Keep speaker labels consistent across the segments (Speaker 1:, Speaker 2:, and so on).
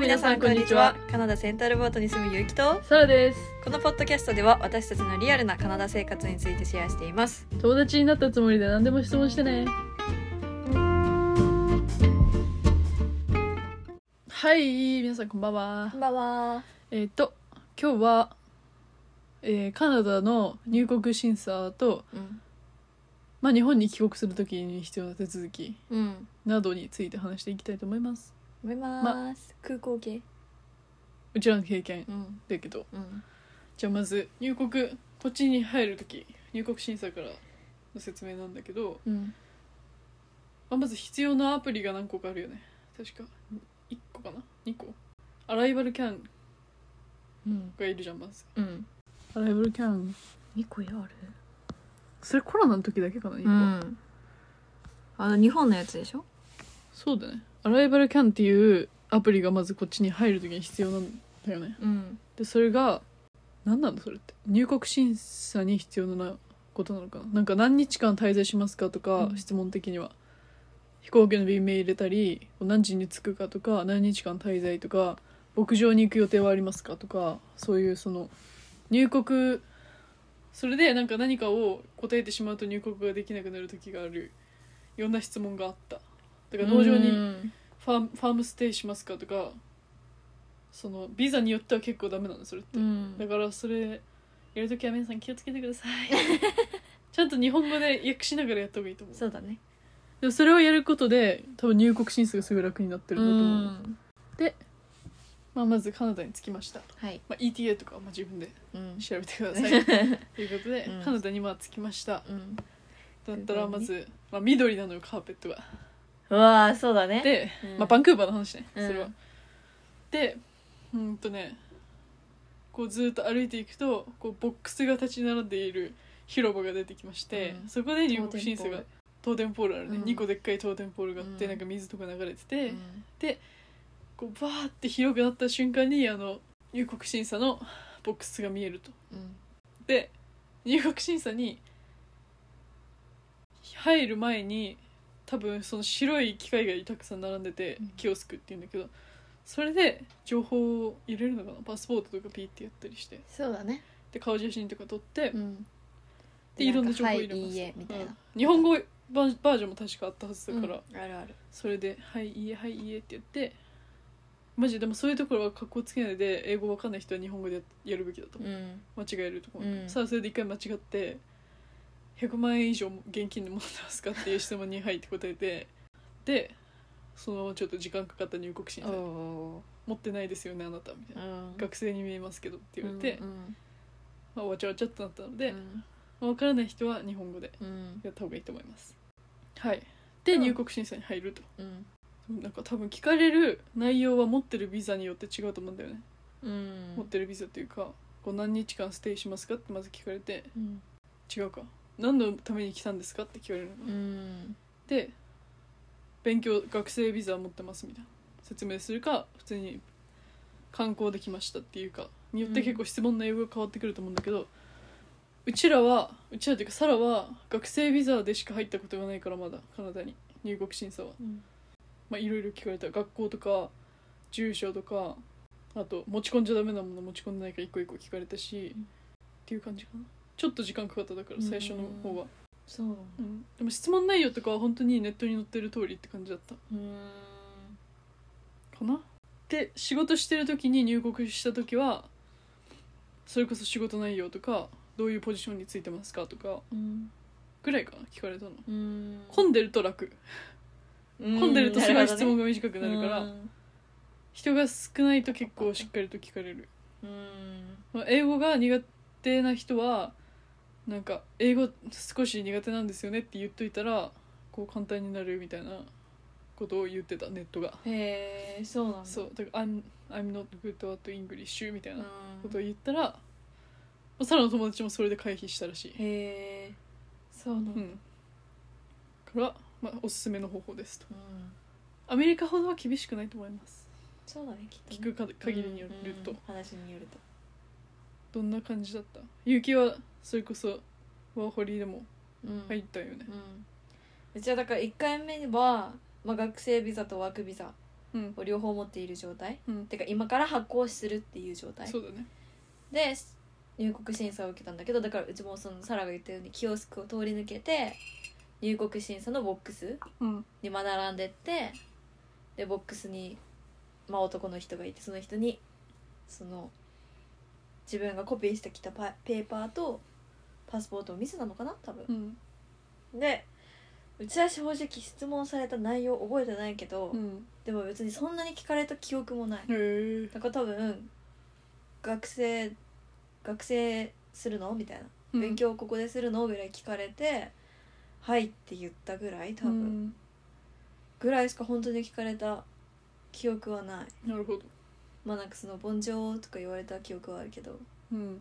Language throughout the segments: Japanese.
Speaker 1: 皆さんこんにちはカナダセンタルボートに住むゆうきと
Speaker 2: サラです
Speaker 1: このポッドキャストでは私たちのリアルなカナダ生活についてシェアしています
Speaker 2: 友達になったつもりで何でも質問してねはい皆さんこんばんは
Speaker 1: こんばんは
Speaker 2: えっ、と今日は、えーカナダの入国審査と、
Speaker 1: うん
Speaker 2: まあ、日本に帰国するときに必要な手続き
Speaker 1: うん
Speaker 2: などについて話していきたいと思います
Speaker 1: 思います、
Speaker 2: ま
Speaker 1: 空港系
Speaker 2: うちらの経験
Speaker 1: うん
Speaker 2: だけど
Speaker 1: うん
Speaker 2: じゃあまず入国こっちに入るとき入国審査からの説明なんだけど、
Speaker 1: うん
Speaker 2: まあ、まず必要なアプリが何個かあるよね確か1個かな2個アライバルキャン
Speaker 1: うん
Speaker 2: がいるじゃんまず
Speaker 1: うん
Speaker 2: アライバルキャン
Speaker 1: 2個やある
Speaker 2: それコロナの時だけかな2個、
Speaker 1: うんあの日本のやつでしょ
Speaker 2: そうだねアライバルキャンっていうアプリがまずこっちに入る時に必要なんだよね
Speaker 1: うん
Speaker 2: でそれが何なのそれって入国審査に必要なことなのかななんか何日間滞在しますかとか、
Speaker 1: うん
Speaker 2: 質問的には飛行機の便名入れたり何時に着くかとか何日間滞在とか牧場に行く予定はありますかとかそういうその入国それでなんか何かを答えてしまうと入国ができなくなる時があるいろんな質問があっただから農場に
Speaker 1: うん
Speaker 2: ファームファームステイしますかとかそのビザによっては結構ダメなのそれって、
Speaker 1: うん
Speaker 2: だからそれやるときは皆さん気をつけてくださ いちゃんと日本語で訳しながらやった方がいいと思う
Speaker 1: そうだね
Speaker 2: でもそれをやることで多分入国審査がすごい楽になってるんだと思う、まあ、まずカナダに着きました、
Speaker 1: はい
Speaker 2: まあ、ETA とかはまあ自分で
Speaker 1: うん
Speaker 2: 調べてくださ いということで、
Speaker 1: うん
Speaker 2: カナダにまあ着きました
Speaker 1: うん
Speaker 2: だったらまず、まあ、緑なのよカーペットが
Speaker 1: うわあそうだね
Speaker 2: で、
Speaker 1: うん
Speaker 2: まあ、バンクーバーの話ね、
Speaker 1: うん
Speaker 2: それはでうんとねこうずっと歩いていくとこうボックスが立ち並んでいる広場が出てきまして、
Speaker 1: うん
Speaker 2: そこで入国審査が東電ポールあるね、
Speaker 1: うん
Speaker 2: 2個でっかい東電ポールがあって、
Speaker 1: うん
Speaker 2: なんか水とか流れてて、
Speaker 1: うん
Speaker 2: こうバーって広くなった瞬間にあの入国審査のボックスが見えると
Speaker 1: うん
Speaker 2: で入国審査に入る前に多分その白い機械がたくさん並んでて
Speaker 1: うん
Speaker 2: キオスクっていうんだけどそれで情報を入れるのかなパスポートとかピーってやったりして
Speaker 1: そうだね
Speaker 2: で顔写真とか撮って、
Speaker 1: うん
Speaker 2: でいろんな情報
Speaker 1: は
Speaker 2: 入
Speaker 1: い
Speaker 2: れます、
Speaker 1: いいえみたい
Speaker 2: うん
Speaker 1: な
Speaker 2: 日本語バーバージョンも確かあったはずだから、
Speaker 1: うんあるある
Speaker 2: それで「はいいいえはいいいえ」ってやってマジでもそういうところは格好つけないで英語わかんない人は日本語でややるべきだと思う
Speaker 1: うん
Speaker 2: 間違えるところ、
Speaker 1: うん
Speaker 2: さあそれで一回間違って100万円以上も現金で持ってますかっていう質問に「はい」って答えてでそのままちょっと時間かかった入国審査で
Speaker 1: お
Speaker 2: 持ってないですよねあなた」みたいな、
Speaker 1: ー
Speaker 2: 学生に見えますけど」って言われて、
Speaker 1: うん
Speaker 2: まあ、わちゃわちゃっとなったので、
Speaker 1: う
Speaker 2: ま
Speaker 1: ん
Speaker 2: あ分からない人は日本語で
Speaker 1: うん
Speaker 2: やった方がいいと思いますはいで、
Speaker 1: うん
Speaker 2: 入国審査に入ると
Speaker 1: うん
Speaker 2: なんか多分聞かれる内容は持ってるビザによって違うと思うんだよね、
Speaker 1: うん
Speaker 2: 持ってるビザっていうかこう何日間ステイしますかってまず聞かれて
Speaker 1: うん
Speaker 2: 違うか何のために来たんですかって聞かれるのが、
Speaker 1: うん
Speaker 2: で勉強学生ビザ持ってますみたいな説明するか普通に観光できましたっていうかによって結構質問の英語が変わってくると思うんだけど、うちらはうちらっていうかサラは学生ビザでしか入ったことがないからまだカナダに入国審査は
Speaker 1: うん
Speaker 2: まあいろいろ聞かれた学校とか住所とかあと持ち込んじゃダメなもの持ち込んでないか一個一個聞かれたし、
Speaker 1: うん
Speaker 2: っていう感じかなちょっと時間かかっただから
Speaker 1: うん
Speaker 2: 最初の方は、
Speaker 1: そう
Speaker 2: うんでも質問内容とかは本当にネットに載ってる通りって感じだった
Speaker 1: うん
Speaker 2: かなで仕事してる時に入国した時はそれこそ仕事内容とかどういうポジションについてますかとか
Speaker 1: うん
Speaker 2: ぐらいかな聞かれたの
Speaker 1: うん
Speaker 2: 混んでると楽混んでるとすごい質問が短く
Speaker 1: に
Speaker 2: なるから、人が少ないと結構しっかりと聞かれる
Speaker 1: うん
Speaker 2: まあ英語が苦手な人はなんか英語少し苦手なんですよねって言っといたらこう簡単になるみたいなことを言ってたネットが
Speaker 1: へえそうなんだ
Speaker 2: そうだから I'm, I'm not good at English みたいな
Speaker 1: うん
Speaker 2: ことを言ったら、まあサラの友達もそれで回避したらしい
Speaker 1: へえそうなん
Speaker 2: う
Speaker 1: だ
Speaker 2: んから、まあ、おすすめの方法ですと
Speaker 1: うん
Speaker 2: アメリカほどは厳しくないと思います
Speaker 1: そうだねきっとね
Speaker 2: 聞くか限りによると
Speaker 1: うんうん話によると
Speaker 2: どんな感じだった結城はそれこそワーホリでも
Speaker 1: うん
Speaker 2: 入ったよね
Speaker 1: うんうちはだから1回目は、まあ、学生ビザとワークビザ
Speaker 2: うん
Speaker 1: を両方持っている状態
Speaker 2: うん
Speaker 1: てか今から発行するっていう状態
Speaker 2: そうだね
Speaker 1: で入国審査を受けたんだけどだからうちもそのサラが言ったようにキオスクを通り抜けて入国審査のボックス
Speaker 2: うん
Speaker 1: にまあ並んでってでボックスに、まあ、男の人がいてその人にその自分がコピーしてきたパペーパーとパスポートを見せたのかな多分
Speaker 2: う、ん
Speaker 1: でうちは正直質問された内容覚えてないけど、
Speaker 2: うん
Speaker 1: でも別にそんなに聞かれた記憶もない
Speaker 2: へえ
Speaker 1: だから多分学生学生するのみたいな勉強ここでするのぐらい聞かれて「はい」って言ったぐらい多
Speaker 2: う
Speaker 1: 分、
Speaker 2: ん
Speaker 1: ぐらいしか本当に聞かれた記憶はない
Speaker 2: なるほど
Speaker 1: まあなんかその「ボンジョー」とか言われた記憶はあるけど
Speaker 2: うん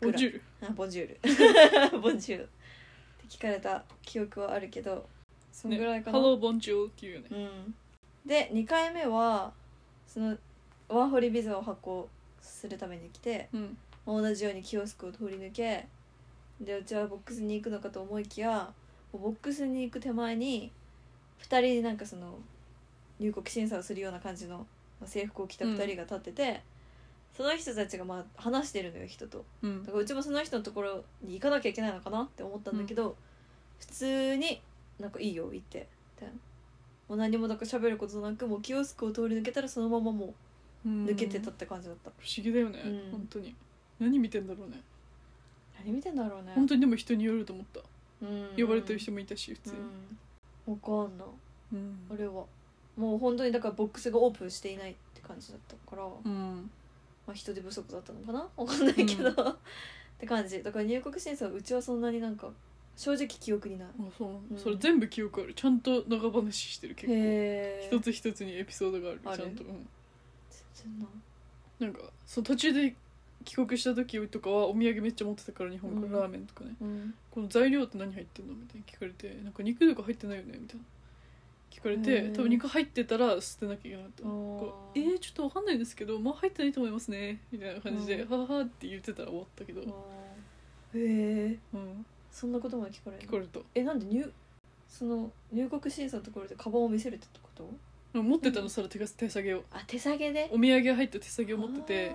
Speaker 1: ぐ
Speaker 2: ボ
Speaker 1: らい
Speaker 2: ジュール
Speaker 1: あボ ン ジュールボンジュールって聞かれた記憶はあるけどそのぐらいかな、
Speaker 2: ハローボンジュールっていうよね
Speaker 1: うんで2回目はそのワーホリビザを発行するために来て
Speaker 2: うん
Speaker 1: 同じようにキオスクを通り抜けでうちはボックスに行くのかと思いきやもうボックスに行く手前に2人なんかその入国審査をするような感じのまあ制服を着た2人が立ってて、その人たちがまあ話してるのよ人と
Speaker 2: うん
Speaker 1: だからうちもその人のところに行かなきゃいけないのかなって思ったんだけど、普通になんかいいよ行ってみたいなもう何もなんか喋ることなくもうキオスクを通り抜けたらそのままもう抜けてたって感じだった、
Speaker 2: 不思議だよね、
Speaker 1: うん
Speaker 2: 本当に何見てんだろうね
Speaker 1: 何見てんだろうね
Speaker 2: 本当にでも人によると思った、
Speaker 1: うん
Speaker 2: 呼ばれてる人もいたし普通に、
Speaker 1: うん、わかんない
Speaker 2: うん
Speaker 1: あれはもう本当にだからボックスがオープンしていないって感じだったから、ま
Speaker 2: うん
Speaker 1: あ、人手不足だったのかなわかんないけど、って感じだから入国審査はうちはそんなになんか正直記憶にない
Speaker 2: あそうなんだ
Speaker 1: うん
Speaker 2: それ全部記憶あるちゃんと長話してる結構
Speaker 1: へえ
Speaker 2: 一つ一つにエピソードがある
Speaker 1: ある
Speaker 2: ちゃんと、うん、
Speaker 1: 全然ない
Speaker 2: なんかその途中で帰国した時とかはお土産めっちゃ持ってたから日本か
Speaker 1: うん
Speaker 2: らラーメンとかね、
Speaker 1: うん
Speaker 2: この材料って何入ってんのみたいに聞かれてなんか肉とか入ってないよねみたいな聞かれ
Speaker 1: へ
Speaker 2: て
Speaker 1: ー
Speaker 2: 多分肉入ってたら捨てなきゃいけないと
Speaker 1: あー
Speaker 2: こうえー、ちょっとわかんないですけどまあ入ってないと思いますねみたいな感じで、
Speaker 1: う
Speaker 2: はははって言ってたら終わったけど、
Speaker 1: へえ
Speaker 2: うん、
Speaker 1: そんなことまで聞かれる
Speaker 2: 聞
Speaker 1: の
Speaker 2: かれた
Speaker 1: えなんで入その入国審査のところでカバンを見せるってこと
Speaker 2: 持ってたのそれ手が手提げを
Speaker 1: あ手提げで
Speaker 2: お土産入った手提げを持ってて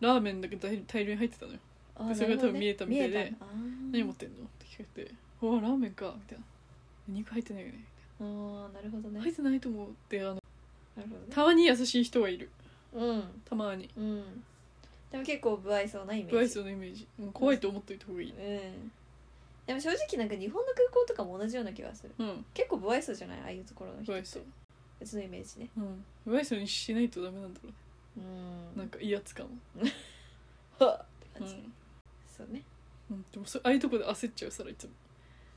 Speaker 2: ラーメンだけ大大量に入ってたのよ
Speaker 1: あー
Speaker 2: でそれが多分見えたみたいで
Speaker 1: なるほどね見え
Speaker 2: 何持ってんのって聞かれて「うわラーメンか」みたいな「肉入ってないよね」みたい
Speaker 1: たのあーなるほどね
Speaker 2: な入ってないと思うってあの
Speaker 1: なるほどね
Speaker 2: たまに優しい人はいる
Speaker 1: うん
Speaker 2: たまに
Speaker 1: うんでも結構不愛想なイメージ
Speaker 2: 不愛想なイメージうん怖いと思っといた方がいい
Speaker 1: うんでも正直なんか日本の空港とかも同じような気がする
Speaker 2: うん
Speaker 1: 結構不愛想じゃないああいうところの人
Speaker 2: 不
Speaker 1: って
Speaker 2: 愛想
Speaker 1: うちのイメージね
Speaker 2: うん不愛想にしないとダメなんだろうね
Speaker 1: うん
Speaker 2: なんか威圧感を
Speaker 1: はっって
Speaker 2: う
Speaker 1: 感じ、
Speaker 2: ん
Speaker 1: そうね
Speaker 2: うんでもそああいうとこで焦っちゃうさらいつも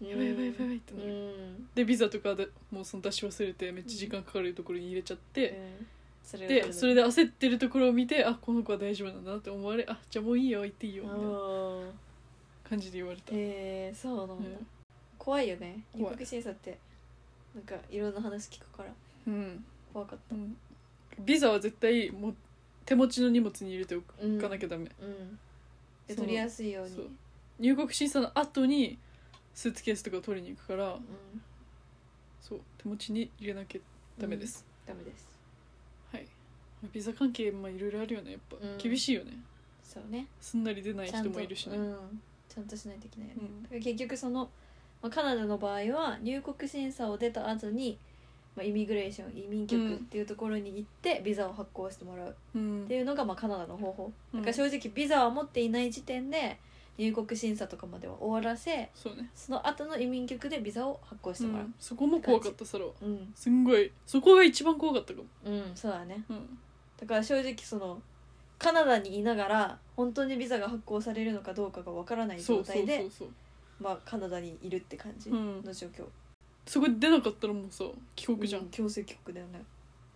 Speaker 1: や
Speaker 2: やばいやばいやばいやばいってな
Speaker 1: う
Speaker 2: る
Speaker 1: ん、
Speaker 2: でビザとかでもうその出し忘れてめっちゃ時間かかるところに入れちゃって
Speaker 1: うんそれ
Speaker 2: でそれで焦ってるところを見てあこの子は大丈夫なんだなって思われあじゃあもういいよ行っていいよみたいな
Speaker 1: よ
Speaker 2: 感じで言われた、
Speaker 1: へえそうなんだ、
Speaker 2: うん
Speaker 1: 怖いよね入
Speaker 2: 怖い
Speaker 1: 国審査ってなんかいろんな話聞くから
Speaker 2: うん
Speaker 1: 怖かっ
Speaker 2: うんビザは絶対もう手持ちの荷物に入れてお
Speaker 1: うん
Speaker 2: かなきゃダメ、
Speaker 1: たうんで
Speaker 2: そう
Speaker 1: 取りやすいように
Speaker 2: そう入国審査の後にスーツケースとかを取りに行くから
Speaker 1: うん
Speaker 2: そう手持ちに入れなきゃダメです、
Speaker 1: ダメです
Speaker 2: はいビザ関係まあいろいろあるよねやっぱ、
Speaker 1: うん
Speaker 2: 厳しいよね
Speaker 1: そうね
Speaker 2: すんなり出ない
Speaker 1: ちゃ
Speaker 2: 人
Speaker 1: んと
Speaker 2: もいるしね
Speaker 1: うん、ちゃんとしないといけないよね、
Speaker 2: うん
Speaker 1: だから結局その、まあ、カナダの場合は入国審査を出た後に、まあ、イミグレーション移民局っていうところに行ってビザを発行してもらう
Speaker 2: うん
Speaker 1: っていうのがまあカナダの方法
Speaker 2: う
Speaker 1: だ
Speaker 2: ん
Speaker 1: から正直ビザは持っていない時点で入国審査とかまでは終わらせ
Speaker 2: そうね、
Speaker 1: その後の移民局でビザを発行してもら
Speaker 2: う
Speaker 1: うん
Speaker 2: そこも怖かったサラは
Speaker 1: うん
Speaker 2: すんごいそこが一番怖かったかも、
Speaker 1: うん、そうだね
Speaker 2: うん、
Speaker 1: だから正直そのカナダにいながら本当にビザが発行されるのかどうかがわからない
Speaker 2: そ
Speaker 1: 状
Speaker 2: うそ
Speaker 1: 態
Speaker 2: う
Speaker 1: で
Speaker 2: そうそう
Speaker 1: まあカナダにいるって感じ
Speaker 2: うん
Speaker 1: の状況、
Speaker 2: そこで出なかったらもうさ帰国じゃん、
Speaker 1: 強制帰国だよね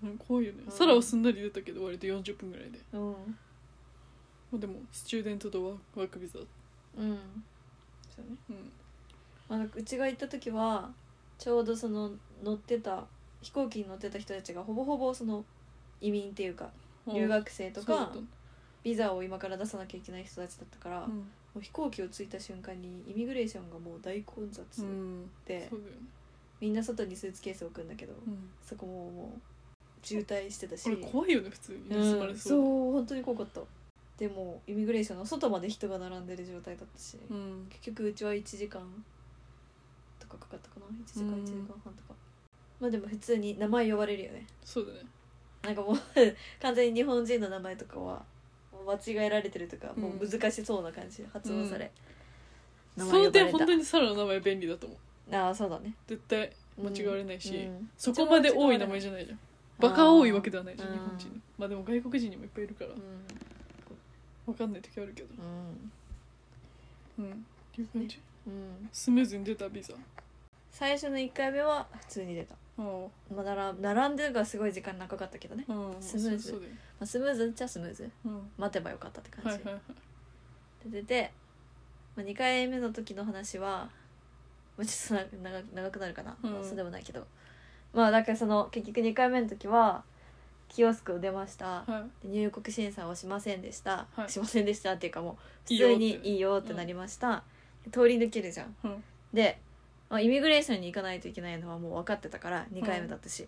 Speaker 2: うん怖いよね、
Speaker 1: うん
Speaker 2: サラはすんなり出たけど割と40分ぐらいで、
Speaker 1: うん
Speaker 2: まあ、でもスチューデントとワーワークビザ、
Speaker 1: うんそうね、
Speaker 2: うん、
Speaker 1: まあ、なんかうちが行った時はちょうどその乗ってた飛行機に乗ってた人たちがほぼほぼその移民っていうか留学生と
Speaker 2: そうだ
Speaker 1: か
Speaker 2: ったんだ
Speaker 1: ビザを今から出さなきゃいけない人たちだったから、
Speaker 2: う
Speaker 1: も
Speaker 2: ん
Speaker 1: う飛行機を着いた瞬間にイミグレーションがもう大混雑
Speaker 2: うん
Speaker 1: で、
Speaker 2: そうだよね、
Speaker 1: みんな外にスーツケースを置くんだけど、
Speaker 2: うん
Speaker 1: そこももう渋滞してたし
Speaker 2: これ怖いよね普通に盗ま
Speaker 1: う
Speaker 2: れ
Speaker 1: ん
Speaker 2: そう、
Speaker 1: そう本当に怖かったでもイミグレーションの外まで人が並んでる状態だったし、
Speaker 2: うん
Speaker 1: 結局うちは1時間とかかかったかな1時間
Speaker 2: うん
Speaker 1: 1時間半とか、まあでも普通に名前呼ばれるよね
Speaker 2: そうだね
Speaker 1: なんかもう完全に日本人の名前とかは間違えられてるとか、もう難しそうな感じで発音され、名
Speaker 2: そ
Speaker 1: 前
Speaker 2: の
Speaker 1: 呼ば
Speaker 2: 点
Speaker 1: れ
Speaker 2: 本
Speaker 1: た
Speaker 2: 当にサラの名前便利だと思う
Speaker 1: ああそうだね
Speaker 2: 絶対間違われないし、
Speaker 1: うん
Speaker 2: そこまで多い名前じゃないじゃんバカ多いわけではないじゃん日本人のまあでも外国人にもいっぱいいるから
Speaker 1: うん
Speaker 2: わかんない時あるけど
Speaker 1: うん、
Speaker 2: うんっていう感じ
Speaker 1: うん、
Speaker 2: スムーズに出たビザあ
Speaker 1: 最初の1回目は普通に出た、
Speaker 2: あ
Speaker 1: まあ、なら並んでるからすごい時間長かったけどね、ま
Speaker 2: うん
Speaker 1: スムー
Speaker 2: そ
Speaker 1: ズ
Speaker 2: うそうだよ、
Speaker 1: あ、スムーズっちゃスムーズ
Speaker 2: うん、
Speaker 1: 待てばよかったって感じ、
Speaker 2: はいはいはい
Speaker 1: で出て、まあ、2回目の時の話は、まあ、ちょっとな長く長くなるかな、
Speaker 2: うん
Speaker 1: まあそうでもないけどまあだからその結局2回目の時はキオスクを出ました、
Speaker 2: はい
Speaker 1: で入国審査をしませんでした、
Speaker 2: はい
Speaker 1: しませんでしたっていうかもう
Speaker 2: い
Speaker 1: 普
Speaker 2: いよっ
Speaker 1: 通
Speaker 2: て
Speaker 1: にいいよってなりました、通り抜けるじゃん
Speaker 2: うん
Speaker 1: で、まあ、イミグレーションに行かないといけないのはもう分かってたから2回目だったし、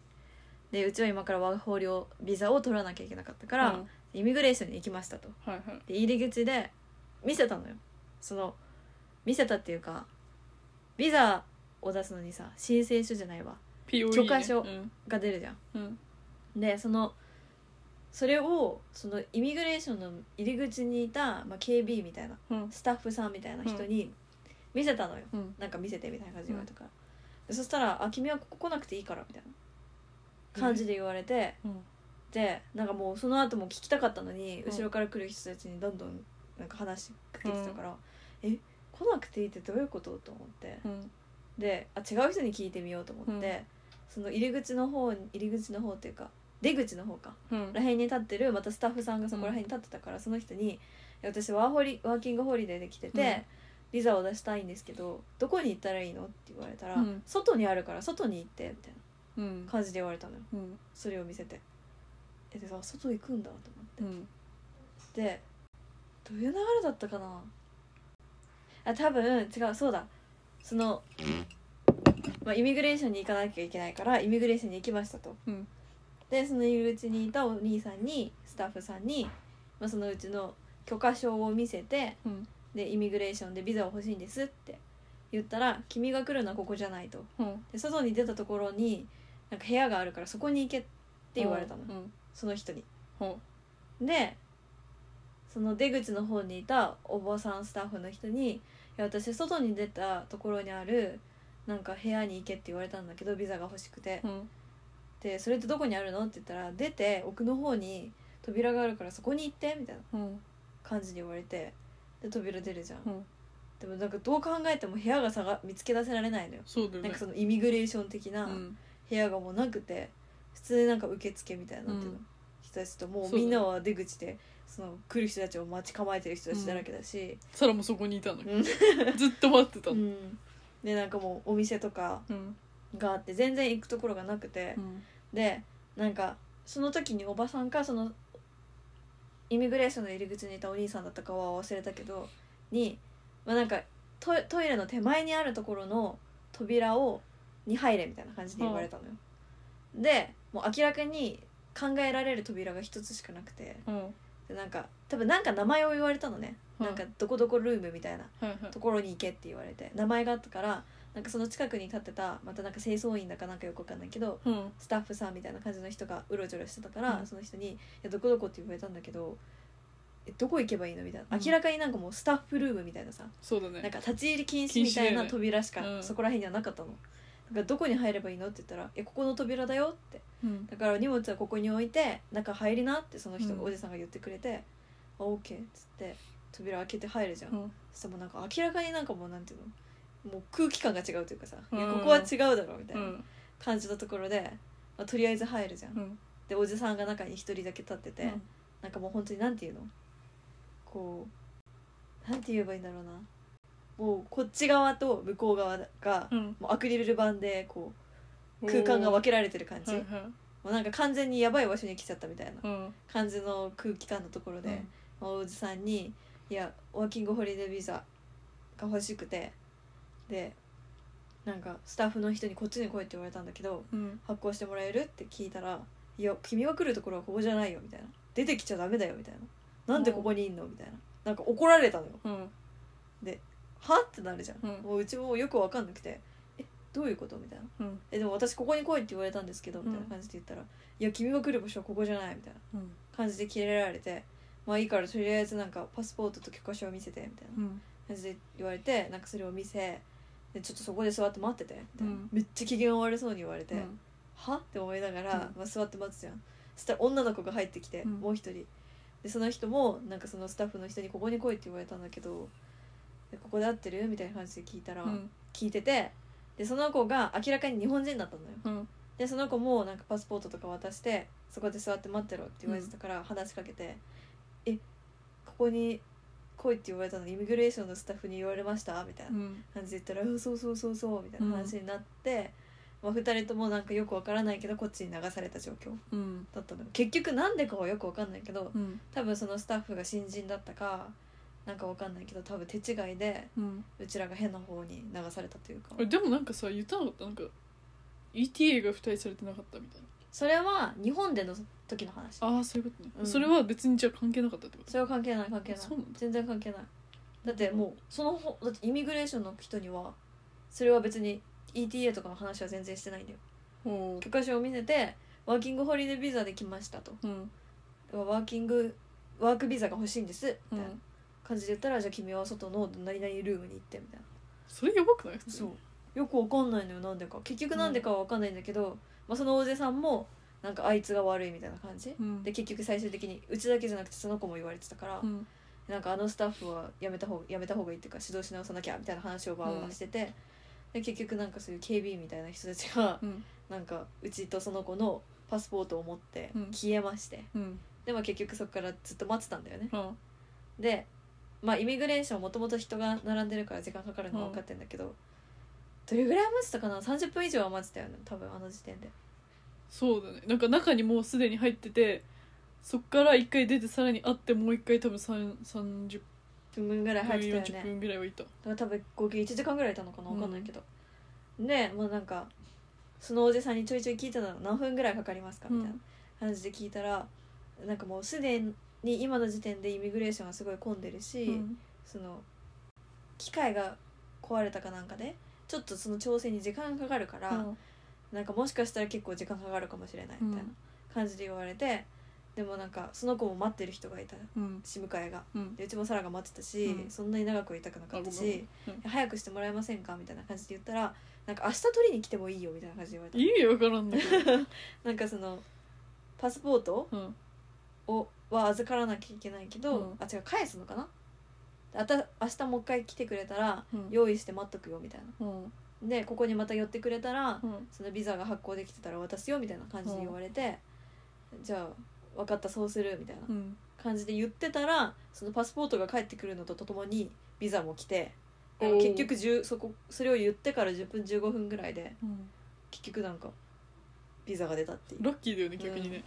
Speaker 1: でうちは今からワーホリをビザを取らなきゃいけなかったから、
Speaker 2: うん
Speaker 1: イミグレーションに行きましたと
Speaker 2: はいはい
Speaker 1: で入り口で見せたのよその見せたっていうかビザを出すのにさ申請書じゃないわ
Speaker 2: POE ね
Speaker 1: 許可証
Speaker 2: うん
Speaker 1: が出るじゃん
Speaker 2: うん
Speaker 1: でそのそれをそのイミグレーションの入り口にいた、まあ、警備員みたいな
Speaker 2: うん
Speaker 1: スタッフさんみたいな人に見せたのよ、
Speaker 2: うん
Speaker 1: なんか見せてみたいな感じで言われたから、でそしたら「あ君はここ来なくていいから」みたいな感じで言われて、
Speaker 2: うん
Speaker 1: でなんかもうその後も聞きたかったのに、後ろから来る人たちにどんどんなんか話しかけてたから「え来なくていいってどういうこと?」と思って
Speaker 2: うん
Speaker 1: であ違う人に聞いてみようと思って、
Speaker 2: うん
Speaker 1: その入り口の方に入り口の方っていうか出口の方か
Speaker 2: うん
Speaker 1: ら辺に立ってるまたスタッフさんがそこら辺に立ってたから、その人にいや「私ワーホリワーキングホリデーで来てて、
Speaker 2: うん
Speaker 1: ビザを出したいんですけどどこに行ったらいいの?」って言われたら、
Speaker 2: うん
Speaker 1: 外にあるから外に行って」みたい
Speaker 2: うん
Speaker 1: な感じで言われたのよ
Speaker 2: うん
Speaker 1: それを見せて。えでさ外行くんだと思って
Speaker 2: うん
Speaker 1: でどういう流れだったかなあ多分違うそうだその、まあ、イミグレーションに行かなきゃいけないからイミグレーションに行きましたと、
Speaker 2: うん
Speaker 1: でその入り口にいたお兄さんにスタッフさんに、まあ、そのうちの許可証を見せて
Speaker 2: うん
Speaker 1: でイミグレーションでビザを欲しいんですって言ったら「君が来るのはここじゃないと」
Speaker 2: うん
Speaker 1: で外に出たところになんか部屋があるからそこに行けって言われたの、
Speaker 2: うん
Speaker 1: その人に。
Speaker 2: うん
Speaker 1: でその出口の方にいたお坊さんスタッフの人に「いや私外に出たところにあるなんか部屋に行け」って言われたんだけどビザが欲しくて
Speaker 2: うん
Speaker 1: 「でそれってどこにあるの?」って言ったら「出て奥の方に扉があるからそこに行って」みたいな
Speaker 2: うん
Speaker 1: 感じに言われてで扉出るじゃん、
Speaker 2: うん
Speaker 1: でもなんかどう考えても部屋がさが見つけ出せられないのよ
Speaker 2: そうだよね
Speaker 1: なんかそのイミグレーション的な
Speaker 2: うん
Speaker 1: 部屋がもうなくて普通になんか受付みたいなっていうの、
Speaker 2: うん
Speaker 1: 人たちとも
Speaker 2: そう
Speaker 1: う
Speaker 2: だね
Speaker 1: みんなは出口でその来る人たちを待ち構えてる人たちだらけだし、
Speaker 2: サラもそこにいたの
Speaker 1: うん
Speaker 2: ずっと待ってた
Speaker 1: う
Speaker 2: の
Speaker 1: んでなんかもうお店とか
Speaker 2: うん
Speaker 1: があって全然行くところがなくて
Speaker 2: う、ん
Speaker 1: でなんかその時におばさんかそのイミグレーションの入り口にいたお兄さんだったかは忘れたけどに、まあ、なんかトトイレの手前にあるところの扉をに入れみたいな感じで言われたのよ。でもう明らかに考えられる扉が一つしかなくて
Speaker 2: うんは
Speaker 1: でなんか多分なんか名前を言われたのね、
Speaker 2: うん
Speaker 1: なんかどこどこルームみたいない
Speaker 2: はい
Speaker 1: ところに行けって言われて名前があったからなんかその近くに立ってたまたなんか清掃員だかなんかよくわかんないけど
Speaker 2: うん
Speaker 1: スタッフさんみたいな感じの人がうろちょろしてたから、
Speaker 2: うん
Speaker 1: その人に「いやどこどこ」って言われたんだけど「えどこ行けばいいの?」みたいな
Speaker 2: うん
Speaker 1: 明らかになんかもうスタッフルームみたいなさ、
Speaker 2: そうだね
Speaker 1: なんか立ち入り禁止みた
Speaker 2: 禁
Speaker 1: い
Speaker 2: 止だよ
Speaker 1: な
Speaker 2: ね
Speaker 1: 扉し
Speaker 2: う
Speaker 1: か
Speaker 2: ん
Speaker 1: そこら辺にはなかったの。だからどこに入ればいいのって言ったら「いやここの扉だよ」って
Speaker 2: うん
Speaker 1: だから荷物はここに置いて中入りなってその人、
Speaker 2: うん
Speaker 1: おじさんが言ってくれて「あオーケー」っつって扉開けて入るじゃん、
Speaker 2: うん
Speaker 1: そしたらもうなんか明らかになんかもうなんていうのもう空気感が違うというかさ「いや
Speaker 2: うん
Speaker 1: ここは違うだろ」みたいうなん感じのところで、まあ、とりあえず入るじゃん
Speaker 2: う、ん
Speaker 1: でおじさんが中に一人だけ立ってて、
Speaker 2: うん
Speaker 1: なんかもう本当になんていうのこうなんて言えばいいんだろうなもうこっち側と向こう側が、
Speaker 2: うん
Speaker 1: もうアクリル板でこう空間が分けられてる感じ、
Speaker 2: はい
Speaker 1: も
Speaker 2: はいう
Speaker 1: なんか完全にやばい場所に来ちゃったみたいな
Speaker 2: うん
Speaker 1: 感じの空気感のところで、まあおじさんに「いやワーキングホリデービザが欲しくて」でなんかスタッフの人にこっちに来いって言われたんだけど
Speaker 2: うん
Speaker 1: 発行してもらえるって聞いたら「いや君が来るところはここじゃないよ」みたいな「出てきちゃダメだよ」みたいな「なんでここにいんの?」みたいななんか怒られたのよ
Speaker 2: うん
Speaker 1: はってなるじゃん、
Speaker 2: うん
Speaker 1: もううちもよく分かんなくて「えどういうこと?」みたいな
Speaker 2: うん
Speaker 1: 「えでも私ここに来いって言われたんですけど」みたいな感じで言ったら「いや君が来る場所はここじゃない」みたいな
Speaker 2: うん
Speaker 1: 感じでキレられて「まあいいからとりあえずなんかパスポートと許可証を見せて」みたいな
Speaker 2: うん
Speaker 1: 感じで言われてなんかそれを見せでちょっとそこで座って待っててみたいな、
Speaker 2: うん
Speaker 1: めっちゃ機嫌悪そうに言われて、
Speaker 2: うん
Speaker 1: はって思いながら、
Speaker 2: うん
Speaker 1: まあ、座って待つじゃんそしたら女の子が入ってきて、
Speaker 2: うん
Speaker 1: もう一人でその人もなんかそのスタッフの人に「ここに来い」って言われたんだけど「でここで合ってる?」みたいな感じで聞いたら、
Speaker 2: うん
Speaker 1: 聞いててでその子が明らかに日本人だったのよ
Speaker 2: うん
Speaker 1: でその子もなんかパスポートとか渡してそこで座って待ってろって言われてたから話しかけて「えここに来いって言われたのイミグレーションのスタッフに言われました?」みたいな
Speaker 2: うん
Speaker 1: 感じで言ったらうん「そうそうそうそう」みたいな話になって、まあ、2人ともなんかよくわからないけどこっちに流された状況
Speaker 2: うん
Speaker 1: だったのよ結局なんでかはよくわかんないけど
Speaker 2: うん
Speaker 1: 多分そのスタッフが新人だったかなんかわかんないけど多分手違いで
Speaker 2: うん
Speaker 1: うちらが変な方に流されたというか
Speaker 2: あでもなんかさ言ったのったなんか ETA が付帯されてなかったみたいな
Speaker 1: それは日本での時の話
Speaker 2: ああそういうことね、
Speaker 1: うん
Speaker 2: それは別にじゃあ関係なかったってこと
Speaker 1: それは関係ない関係ない
Speaker 2: そうなんだ
Speaker 1: 全然関係ないだってもうそのほだってイミグレーションの人にはそれは別に ETA とかの話は全然してないんだよ
Speaker 2: おー
Speaker 1: 許可証を見せてワーキングホリデービザで来ましたと
Speaker 2: うん
Speaker 1: ワーキングワークビザが欲しいんです
Speaker 2: う
Speaker 1: みたいなん感じで言ったら、じゃあ君は外の何々ルームに行ってみたいな
Speaker 2: それやばくない普通に
Speaker 1: そうよくわかんないのよなんでか結局なんでかはわかんないんだけど、まあ、その大勢さんもなんかあいつが悪いみたいな感じ
Speaker 2: うん
Speaker 1: で結局最終的にうちだけじゃなくてその子も言われてたから、
Speaker 2: うん
Speaker 1: なんかあのスタッフはやめた方やめた方がいいっていうか指導し直さなきゃみたいな話をバーバーしてて、で結局なんかそういう警備員みたいな人たちが
Speaker 2: うん
Speaker 1: なんかうちとその子のパスポートを持って
Speaker 2: うん
Speaker 1: 消えまして、
Speaker 2: うん
Speaker 1: でも結局そこからずっと待ってたんだよね
Speaker 2: あー
Speaker 1: でまあイミグレーションもともと人が並んでるから時間かかるのは分かってんだけど、どれぐらい待ってたかな30分以上は待ってたよね多分あの時点で
Speaker 2: そうだねなんか中にもうすでに入っててそっから一回出てさらに会ってもう一回多分さん30
Speaker 1: 10分ぐらい
Speaker 2: 分
Speaker 1: 入ってたよ
Speaker 2: 40
Speaker 1: ね
Speaker 2: 分ぐらいはいた
Speaker 1: だから多分合計1時間ぐらいいたのかな分かんないけど、でまあなんかそのおじさんにちょいちょい聞いたの何分ぐらいかかりますかみたいな感じで聞いたら、なんかもうすでに今の時点でイミグレーションがすごい混んでるし、
Speaker 2: うん
Speaker 1: その機械が壊れたかなんかでちょっとその調整に時間がかかるから、
Speaker 2: うん
Speaker 1: なんかもしかしたら結構時間かかるかもしれないみたいな感じで言われて、でもなんかその子も待ってる人がいた
Speaker 2: うん
Speaker 1: し向かいが
Speaker 2: うん
Speaker 1: でうちもサラが待ってたし、
Speaker 2: うん
Speaker 1: そんなに長くはいたくな
Speaker 2: あ
Speaker 1: か
Speaker 2: ご
Speaker 1: っ
Speaker 2: め
Speaker 1: た
Speaker 2: ん
Speaker 1: し
Speaker 2: うん
Speaker 1: 早くしてもらえませんかみたいな感じで言ったらなんか明日取りに来てもいいよみたいな感じで言われ
Speaker 2: 意味わからんだけど、
Speaker 1: たなんかそのパスポート
Speaker 2: うん、
Speaker 1: をは預からなきゃいけないけど、
Speaker 2: うん
Speaker 1: あ違う返すのかなあた明日もう一回来てくれたら
Speaker 2: うん
Speaker 1: 用意して待っとくよみたい
Speaker 2: うん
Speaker 1: なでここにまた寄ってくれたら
Speaker 2: うん
Speaker 1: そのビザが発行できてたら渡すよみたいな感じで言われて、じゃあ分かったそうするみたいな
Speaker 2: うん
Speaker 1: 感じで言ってたらそのパスポートが返ってくるのとともにビザも来て
Speaker 2: おー
Speaker 1: 結局10そこそれを言ってから10分15分ぐらいで
Speaker 2: うん
Speaker 1: 結局なんかビザが出たっていうだ
Speaker 2: ラッキーだよね逆にね、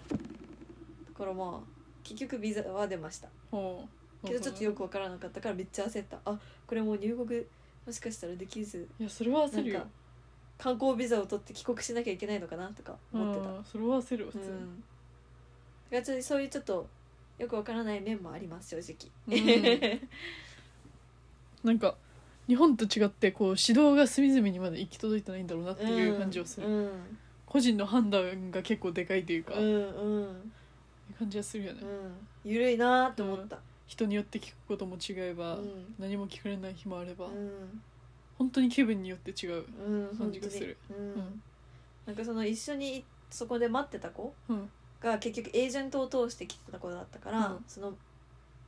Speaker 1: からまあ結局ビザは出ました
Speaker 2: うん、
Speaker 1: けどちょっとよく分からなかったからめっちゃ焦ったあこれもう入国もしかしたらできず
Speaker 2: いやそれは
Speaker 1: な
Speaker 2: 焦
Speaker 1: ん
Speaker 2: るよ
Speaker 1: か観光ビザを取って帰国しなきゃいけないのかなとか思ってた
Speaker 2: うんそれは焦るわ普通に、
Speaker 1: うん、だからちょっとそういうちょっとよくわからない面もあります正直、
Speaker 2: うんなんか日本と違ってこう指導が隅々にまで行き届いてないんだろうなっていう感じをする、
Speaker 1: うん
Speaker 2: 個人の判断が結構でかいというか、
Speaker 1: うんうん
Speaker 2: 感じはするよね、
Speaker 1: うんゆるいなーって思った、
Speaker 2: 人によって聞くことも違え
Speaker 1: う
Speaker 2: ば、
Speaker 1: ん
Speaker 2: 何も聞かれない日もあれば、
Speaker 1: うん
Speaker 2: 本当に気分によって違う
Speaker 1: うん
Speaker 2: 感じがする
Speaker 1: 本当にうん
Speaker 2: うん
Speaker 1: なんかその一緒にそこで待ってた子
Speaker 2: うん
Speaker 1: が結局エージェントを通して来てた子だったから、
Speaker 2: うん
Speaker 1: その、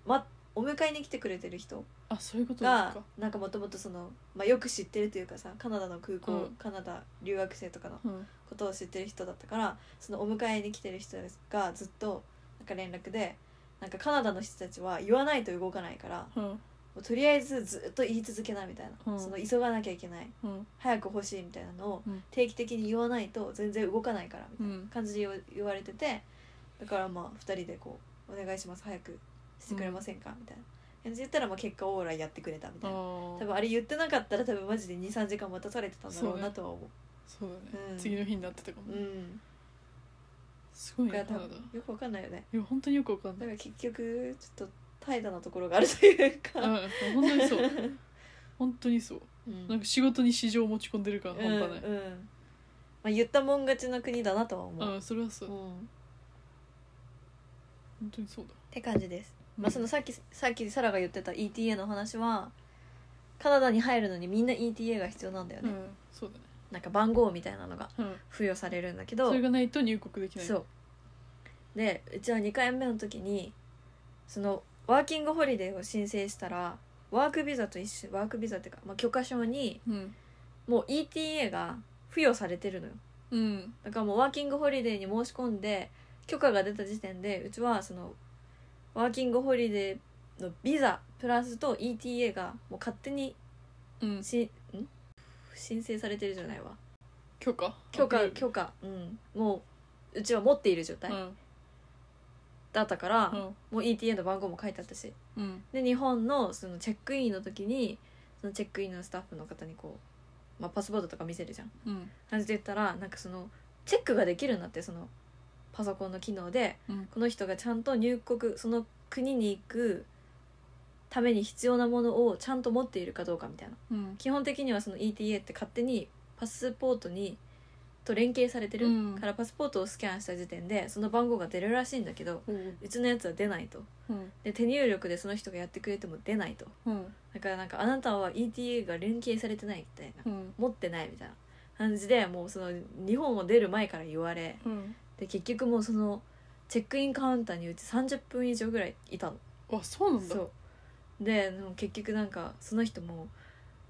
Speaker 1: ま、お迎えに来てくれてる人
Speaker 2: あそういうことです
Speaker 1: が
Speaker 2: か
Speaker 1: なんかもともとその、まあ、よく知ってるというかさカナダの空港、
Speaker 2: うん
Speaker 1: カナダ留学生とかの
Speaker 2: うん
Speaker 1: ことを知ってる人だったからそのお迎えに来てる人がずっとなんか連絡でなんかカナダの人たちは言わないと動かないから
Speaker 2: うん
Speaker 1: もうとりあえずずっと言い続けなみたいな、
Speaker 2: うん
Speaker 1: その急がなきゃいけない
Speaker 2: うん
Speaker 1: 早く欲しいみたいなのを
Speaker 2: うん
Speaker 1: 定期的に言わないと全然動かないからみた
Speaker 2: う
Speaker 1: いなん感じで言わ言われててだからまあ2人でこう「お願いします早くしてくれませんか」みたいな感じで言ったらまあ結果オーライやってくれたみ
Speaker 2: あ
Speaker 1: たいな
Speaker 2: ー
Speaker 1: 多分あれ言ってなかったら多分マジで23時間待たされてたんだろうなとは思う
Speaker 2: そうだね、
Speaker 1: うん
Speaker 2: 次の日になってたかも、
Speaker 1: うん
Speaker 2: すごい
Speaker 1: が
Speaker 2: な
Speaker 1: 多
Speaker 2: タラ
Speaker 1: 分
Speaker 2: だい
Speaker 1: よくわかんないよね
Speaker 2: や本当によくわかんな
Speaker 1: だ
Speaker 2: い
Speaker 1: から結局ちょっと怠惰なところがあるという
Speaker 2: うん
Speaker 1: か、
Speaker 2: 本当に そう本当にそう
Speaker 1: うん
Speaker 2: なんか仕事に市場を持ち込んでるから
Speaker 1: う
Speaker 2: 半
Speaker 1: ん、
Speaker 2: 端ない、
Speaker 1: うんまあ、言ったもん勝ちの国だなとは思
Speaker 2: あ
Speaker 1: う、、
Speaker 2: あそれはそううん
Speaker 1: っ
Speaker 2: 本当にそうだ
Speaker 1: て感じです、まあ、そのさっきさっきサラが言ってた ETA の話はカナダに入るのにみんな ETA が必要なんだよ
Speaker 2: う
Speaker 1: ね、
Speaker 2: んそうだね
Speaker 1: なんか番号みたいなのが
Speaker 2: うん
Speaker 1: 付与されるんだけど
Speaker 2: それがないと入国できない
Speaker 1: そうでうちは2回目の時にそのワーキングホリデーを申請したらワークビザと一緒ワークビザっていうか、まあ、許可証に
Speaker 2: うん
Speaker 1: もう ETA が付与されてるのよ
Speaker 2: うん
Speaker 1: だからもうワーキングホリデーに申し込んで許可が出た時点でうちはそのワーキングホリデーのビザプラスと ETA がもう勝手に
Speaker 2: うん
Speaker 1: しん申請されてるじゃないわ
Speaker 2: 許可
Speaker 1: 許
Speaker 2: ア
Speaker 1: 可
Speaker 2: プロー
Speaker 1: 許可うんもううちは持っている状態
Speaker 2: ル
Speaker 1: だったから、
Speaker 2: うんうん
Speaker 1: もう ETA の番号も書いてあったし
Speaker 2: うん
Speaker 1: で日本のそのチェックインの時にそのチェックインのスタッフの方にこう、まあ、パスポートとか見せるじゃん
Speaker 2: うん
Speaker 1: 感じで言ったらなんかそのチェックができるんだってそのパソコンの機能で
Speaker 2: うん
Speaker 1: この人がちゃんと入国その国に行くために必要なものをちゃんと持っているかどうかみたいな
Speaker 2: うん
Speaker 1: 基本的にはその ETA って勝手にパスポートにと連携されてる
Speaker 2: うん
Speaker 1: からパスポートをスキャンした時点でその番号が出るらしいんだけど
Speaker 2: おう
Speaker 1: うちのやつは出ないと
Speaker 2: うん
Speaker 1: で手入力でその人がやってくれても出ないと
Speaker 2: うん
Speaker 1: だからなんかあなたは ETA が連携されてないみたいな
Speaker 2: うん
Speaker 1: 持ってないみたいな感じでもうその日本を出る前から言われ
Speaker 2: うん
Speaker 1: で結局もうそのチェックインカウンターにうち30分以上ぐらいいたの
Speaker 2: あそうなんだ
Speaker 1: そうででも結局なんかその人も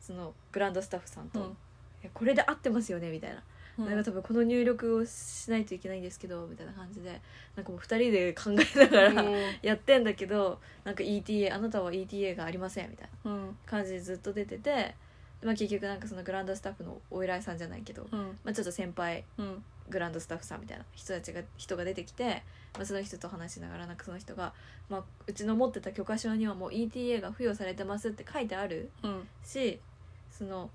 Speaker 1: そのグランドスタッフさんと「
Speaker 2: うん
Speaker 1: いやこれで合ってますよね」みたいな
Speaker 2: うん
Speaker 1: なんか多分この入力をしないといけないんですけどみたいな感じでなんかもう2人で考えながらやってんだけどなんか ETA あなたは ETA がありませんみたいな
Speaker 2: うん
Speaker 1: 感じでずっと出てて、まあ、結局なんかそのグランドスタッフのお偉いさんじゃないけど、
Speaker 2: うん
Speaker 1: まあ、ちょっと先輩
Speaker 2: うん
Speaker 1: グランドスタッフさんみたいな人たちが人が出てきて、まあ、その人と話しながらなんかその人が、まあ、うちの持ってた許可証にはもう ETA が付与されてますって書いてある
Speaker 2: うん
Speaker 1: しその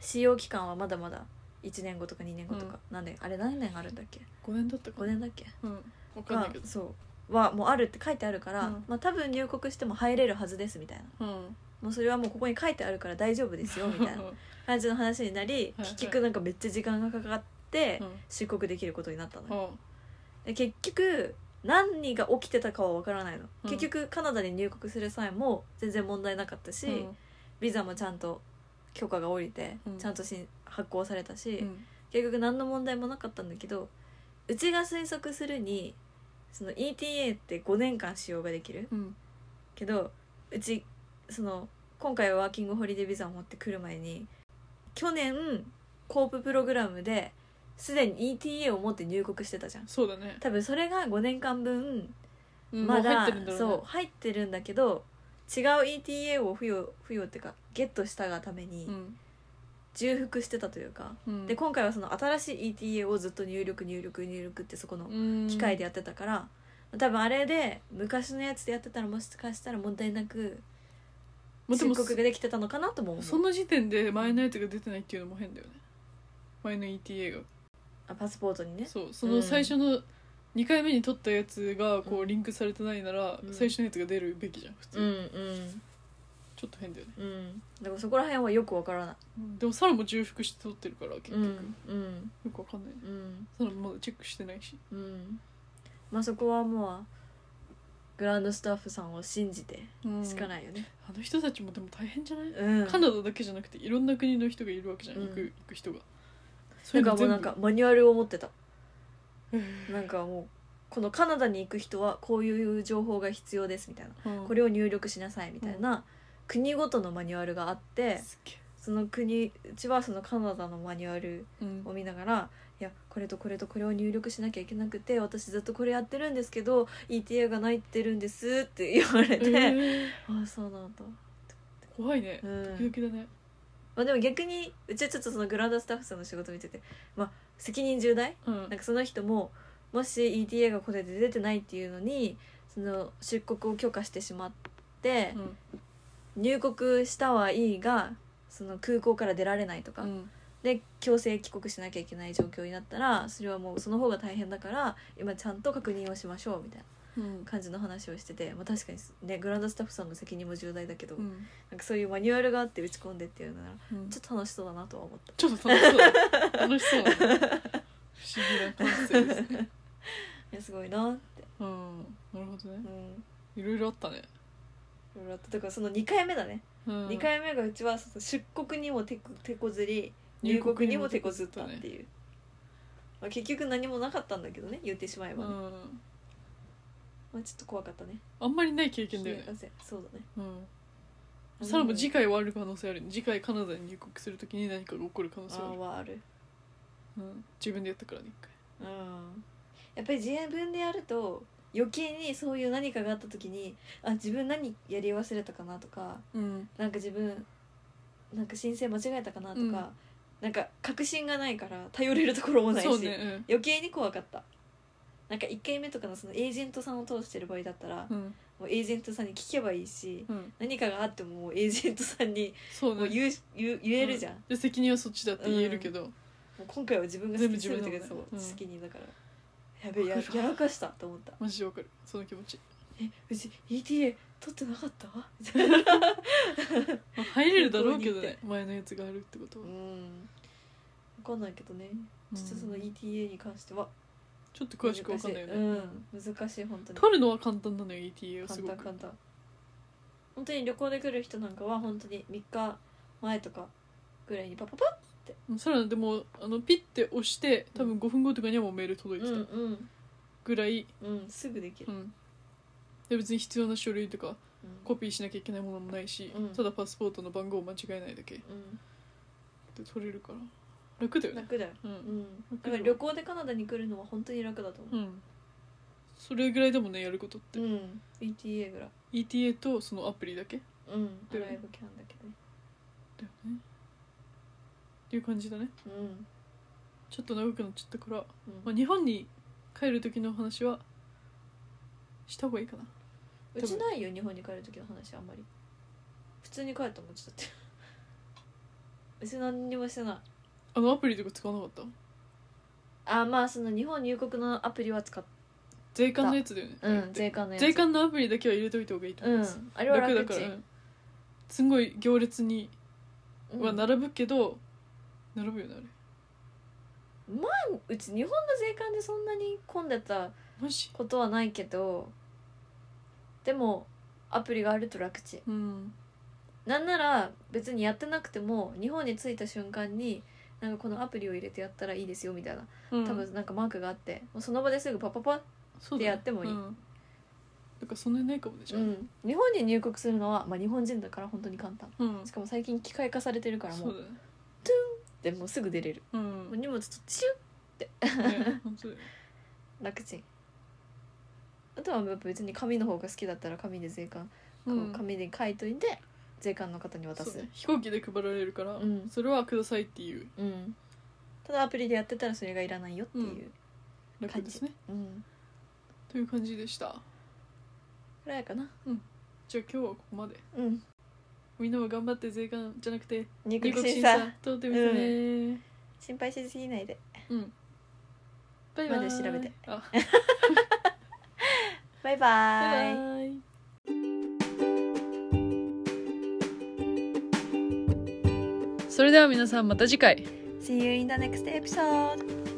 Speaker 1: 使用期間はまだまだ1年後とか2年後とか、なんであれ何年あるんだっけ
Speaker 2: 五年だったか
Speaker 1: 5年だっけ
Speaker 2: うんわかんないけど
Speaker 1: がそうはもうあるって書いてあるから、
Speaker 2: うん
Speaker 1: まあ、多分入国しても入れるはずですみたいな
Speaker 2: うん
Speaker 1: もうそれはもうここに書いてあるから大丈夫ですよみたいな感じの話になり
Speaker 2: はいはい
Speaker 1: 結局なんかめっちゃ時間がかかって
Speaker 2: うん
Speaker 1: 出国できることになったのよ
Speaker 2: あ
Speaker 1: で結局何が起きてたかは分からないの、
Speaker 2: うん
Speaker 1: 結局カナダに入国する際も全然問題なかったし、
Speaker 2: うん
Speaker 1: ビザもちゃんと許可が下りて、
Speaker 2: うん
Speaker 1: ちゃんとし発行されたし、
Speaker 2: うん
Speaker 1: 結局何の問題もなかったんだけどうちが推測するにその ETA って5年間使用ができる
Speaker 2: うん
Speaker 1: けどうちその今回ワーキングホリデービザを持ってくる前に去年コーププログラムですでに ETA を持って入国してたじゃん
Speaker 2: そうだね
Speaker 1: 多分それが5年間分
Speaker 2: うん
Speaker 1: ま
Speaker 2: もう入っ
Speaker 1: だ
Speaker 2: てるんだろうね
Speaker 1: そう入ってるんだけど違う ETA を付与付与っていうかゲットしたがために
Speaker 2: うん
Speaker 1: 重複してたというか、
Speaker 2: うん
Speaker 1: で今回はその新しい ETA をずっと入力入力入力ってそこの機械でやってたから、多分あれで昔のやつでやってたらもしかしたら問題なく
Speaker 2: まあで
Speaker 1: 申
Speaker 2: も
Speaker 1: 告ができてたのかなとも思う
Speaker 2: その時点で前のやつが出てないっていうのも変だよね前の ETA
Speaker 1: あパスポートに
Speaker 2: が
Speaker 1: ね
Speaker 2: そうその最初の2回目に取ったやつがこうリンクされてないなら
Speaker 1: うん
Speaker 2: 最初のやつが出るべきじゃん普
Speaker 1: うん
Speaker 2: 通
Speaker 1: うん
Speaker 2: ちょっと変だよね
Speaker 1: うんだからそこら辺はよくわからない
Speaker 2: でもサラも重複して取ってるから結
Speaker 1: う
Speaker 2: 局よ
Speaker 1: んうん
Speaker 2: くわかんないね
Speaker 1: うん
Speaker 2: サラもまだチェックしてないし
Speaker 1: うんまあそこはもうグランドスタッフさんを信じてしか
Speaker 2: い
Speaker 1: ないよね
Speaker 2: あの人たちもでも大変じゃない
Speaker 1: うん
Speaker 2: カナダだけじゃなくていろんな国の人がいるわけじゃん
Speaker 1: うん
Speaker 2: 行く行く人がそれ
Speaker 1: なん
Speaker 2: が
Speaker 1: かもう
Speaker 2: 全部
Speaker 1: なんかマニュアルを持ってたなんかもうこのカナダに行く人はこういう情報が必要ですみたいな
Speaker 2: うん
Speaker 1: これを入力しなさいみたいな、国ごとのマニュアルがあって
Speaker 2: すっげ
Speaker 1: その国うちはそのカナダのマニュアル
Speaker 2: えうん
Speaker 1: を見ながら「いやこれとこれとこれを入力しなきゃいけなくて私ずっとこれやってるんですけど ETA がないってるんです」って言われて、
Speaker 2: えー
Speaker 1: ああそうなんだ、
Speaker 2: 怖いね
Speaker 1: うん
Speaker 2: 時々だね
Speaker 1: まあ、でも逆にうちはちょっとそのグラウンドスタッフさんの仕事見てて、まあ、責任重大
Speaker 2: うん
Speaker 1: なんかその人ももし ETA がこれで出てないっていうのにその出国を許可してしまって
Speaker 2: う、ん
Speaker 1: 入国したはいいがその空港から出られないとか、
Speaker 2: うん
Speaker 1: で強制帰国しなきゃいけない状況になったらそれはもうその方が大変だから今ちゃんと確認をしましょうみたいな
Speaker 2: うん
Speaker 1: 感じの話をしてて、まあ、確かに、ね、グランドスタッフさんの責任も重大だけど、
Speaker 2: うん
Speaker 1: なんかそういうマニュアルがあって打ち込んでっていうのなら
Speaker 2: うん
Speaker 1: ちょっと楽しそうだなとは思った。
Speaker 2: ちょっと楽しそうだ楽しそうだね不思議な感性ですね
Speaker 1: いやすごいなって、
Speaker 2: うんなるほど
Speaker 1: う
Speaker 2: ね
Speaker 1: ん、
Speaker 2: いろいろあったね、
Speaker 1: いろいろあったとからその2回目だね、
Speaker 2: うん、
Speaker 1: 2回目がうちはその出国にも手こ手こずり入国にも手こずったっていう、まあ、結局何もなかったんだけどね言ってしまえ
Speaker 2: う
Speaker 1: ばね、
Speaker 2: ん
Speaker 1: まあ、ちょっと怖かったね
Speaker 2: あんまりない経験だよね
Speaker 1: 冷、や汗そうだね
Speaker 2: うん、さらば次回はある可能性ある次回カナダに入国するときに何かが起こる可能性
Speaker 1: あ
Speaker 2: あ
Speaker 1: ー
Speaker 2: る
Speaker 1: はある
Speaker 2: うん、自分でやったからね一回
Speaker 1: うんやっぱり自分でやると余計にそういう何かがあった時にあ自分何やり忘れたかなとか
Speaker 2: うん
Speaker 1: なんか自分なんか申請間違えたかなとか、
Speaker 2: うん
Speaker 1: なんか確信がないから頼れるところもないし、
Speaker 2: そうね
Speaker 1: 余計に怖かったなんか1回目とかのそのエージェントさんを通してる場合だったら、
Speaker 2: うんうん
Speaker 1: もうエージェントさんに聞けばいいし
Speaker 2: うん
Speaker 1: 何かがあってももうエージェントさんに
Speaker 2: そう
Speaker 1: もう
Speaker 2: ね
Speaker 1: 言う言う言えるじゃん、
Speaker 2: で責任はそっちだって言えるけど、
Speaker 1: もう今回は自分が好
Speaker 2: 全
Speaker 1: き
Speaker 2: 部
Speaker 1: にす
Speaker 2: 自
Speaker 1: る
Speaker 2: 分な
Speaker 1: だけど
Speaker 2: んだ
Speaker 1: そう
Speaker 2: ねうん
Speaker 1: 好きにだからやべえや
Speaker 2: わかるわ
Speaker 1: やらかしたと思った
Speaker 2: マジでわかるその気持ち、
Speaker 1: えうち ETA 取ってなかったわみたいな
Speaker 2: まあ、入れるだろうけど
Speaker 1: 空港に
Speaker 2: ね前のやつがあるってこと
Speaker 1: う
Speaker 2: は、
Speaker 1: ん分かんないけどね
Speaker 2: うん
Speaker 1: ちょっとその ETA に関しては
Speaker 2: ちょっと詳しくわかんないよね、
Speaker 1: 難しいうん難しい本当に
Speaker 2: 取るのは簡単なのよ ETA はす
Speaker 1: 簡
Speaker 2: ご
Speaker 1: 単
Speaker 2: く
Speaker 1: 簡単本当に旅行で来る人なんかは本当に3日前とかぐらいにパパパッ
Speaker 2: さらにでもあのピッて押して多分5分後とかにはもうメール届いてた
Speaker 1: ん
Speaker 2: ぐらい、
Speaker 1: うんうんすぐでき
Speaker 2: う
Speaker 1: る、
Speaker 2: んで別に必要な書類とか
Speaker 1: うん
Speaker 2: コピーしなきゃいけないものもないし、
Speaker 1: うん
Speaker 2: ただパスポートの番号を間違えないだけで取れるから楽だ
Speaker 1: う
Speaker 2: よ
Speaker 1: ん、
Speaker 2: ね
Speaker 1: 楽だよ、
Speaker 2: う、
Speaker 1: うんん、だから旅行でカナダに来るのは本当に楽だと思
Speaker 2: うんそれぐらいでもねやることって、
Speaker 1: ううん、ETA ぐらい
Speaker 2: ETA とそのアプリだけだ
Speaker 1: うん
Speaker 2: だよ
Speaker 1: ラ
Speaker 2: ね
Speaker 1: イブキャンだけどね
Speaker 2: よねっていう感じだね
Speaker 1: うん
Speaker 2: ちょっと長くなっちゃったから、
Speaker 1: うん
Speaker 2: まあ、日本に帰る時の話はした方がいいかな
Speaker 1: うちないよ日本に帰る時の話あんまり普通に帰ったもんちょっとだって うち何にもしてない
Speaker 2: あのアプリとか使わなかった
Speaker 1: あまあその日本入国のアプリは使っ
Speaker 2: 税関のやつだよね、
Speaker 1: うん税関のやつ
Speaker 2: 税関のアプリだけは入れといた方がいいと思いうま
Speaker 1: ん
Speaker 2: す、
Speaker 1: あれは楽
Speaker 2: だから、うんすんごい行列に
Speaker 1: うん
Speaker 2: は並ぶけど、並ぶよねあれ
Speaker 1: うち日本の税関でそんなに混んでた
Speaker 2: マジ
Speaker 1: ことはないけどでもアプリがあると楽ちん
Speaker 2: うん
Speaker 1: なんなら別にやってなくても日本に着いた瞬間になんかこのアプリを入れてやったらいいですよみたいな
Speaker 2: うん
Speaker 1: 多分なんかマークがあって、もうその場ですぐパパパ
Speaker 2: そうだね
Speaker 1: でやってもいい
Speaker 2: うんだからそんなにないかもねじゃあ
Speaker 1: うん、日本に入国するのは、まあ、日本人だから本当に簡単
Speaker 2: うん
Speaker 1: しかも最近機械化されてるからも
Speaker 2: そう
Speaker 1: う
Speaker 2: だね
Speaker 1: でもうすぐ出れる
Speaker 2: うん
Speaker 1: もう荷物とシュ
Speaker 2: ね本当だよ
Speaker 1: ッ楽ちんあとはやっぱ別に紙の方が好きだったら紙で税関、こ
Speaker 2: う
Speaker 1: うん紙で書いといて税関の方に渡
Speaker 2: そう
Speaker 1: すう,、
Speaker 2: ね飛行機で配られるから、
Speaker 1: うん
Speaker 2: それはくださいっていうん
Speaker 1: ただアプリでやってたらそれがいらないよっていう
Speaker 2: 楽ですね
Speaker 1: うん、
Speaker 2: という感じでした
Speaker 1: ぐらいかな
Speaker 2: じゃあ今日はここまで
Speaker 1: うん
Speaker 2: みんなも頑張って税関じゃなくて
Speaker 1: 入
Speaker 2: 入
Speaker 1: 国
Speaker 2: 国
Speaker 1: 審
Speaker 2: 審
Speaker 1: 査
Speaker 2: 査通ってみてね、
Speaker 1: 心配しすぎないで
Speaker 2: うん。バイバイ。
Speaker 1: まだ調べて。
Speaker 2: あ、
Speaker 1: バイバーイ
Speaker 2: バイバイ。それでは皆さんまた次回。
Speaker 1: See you in the next episode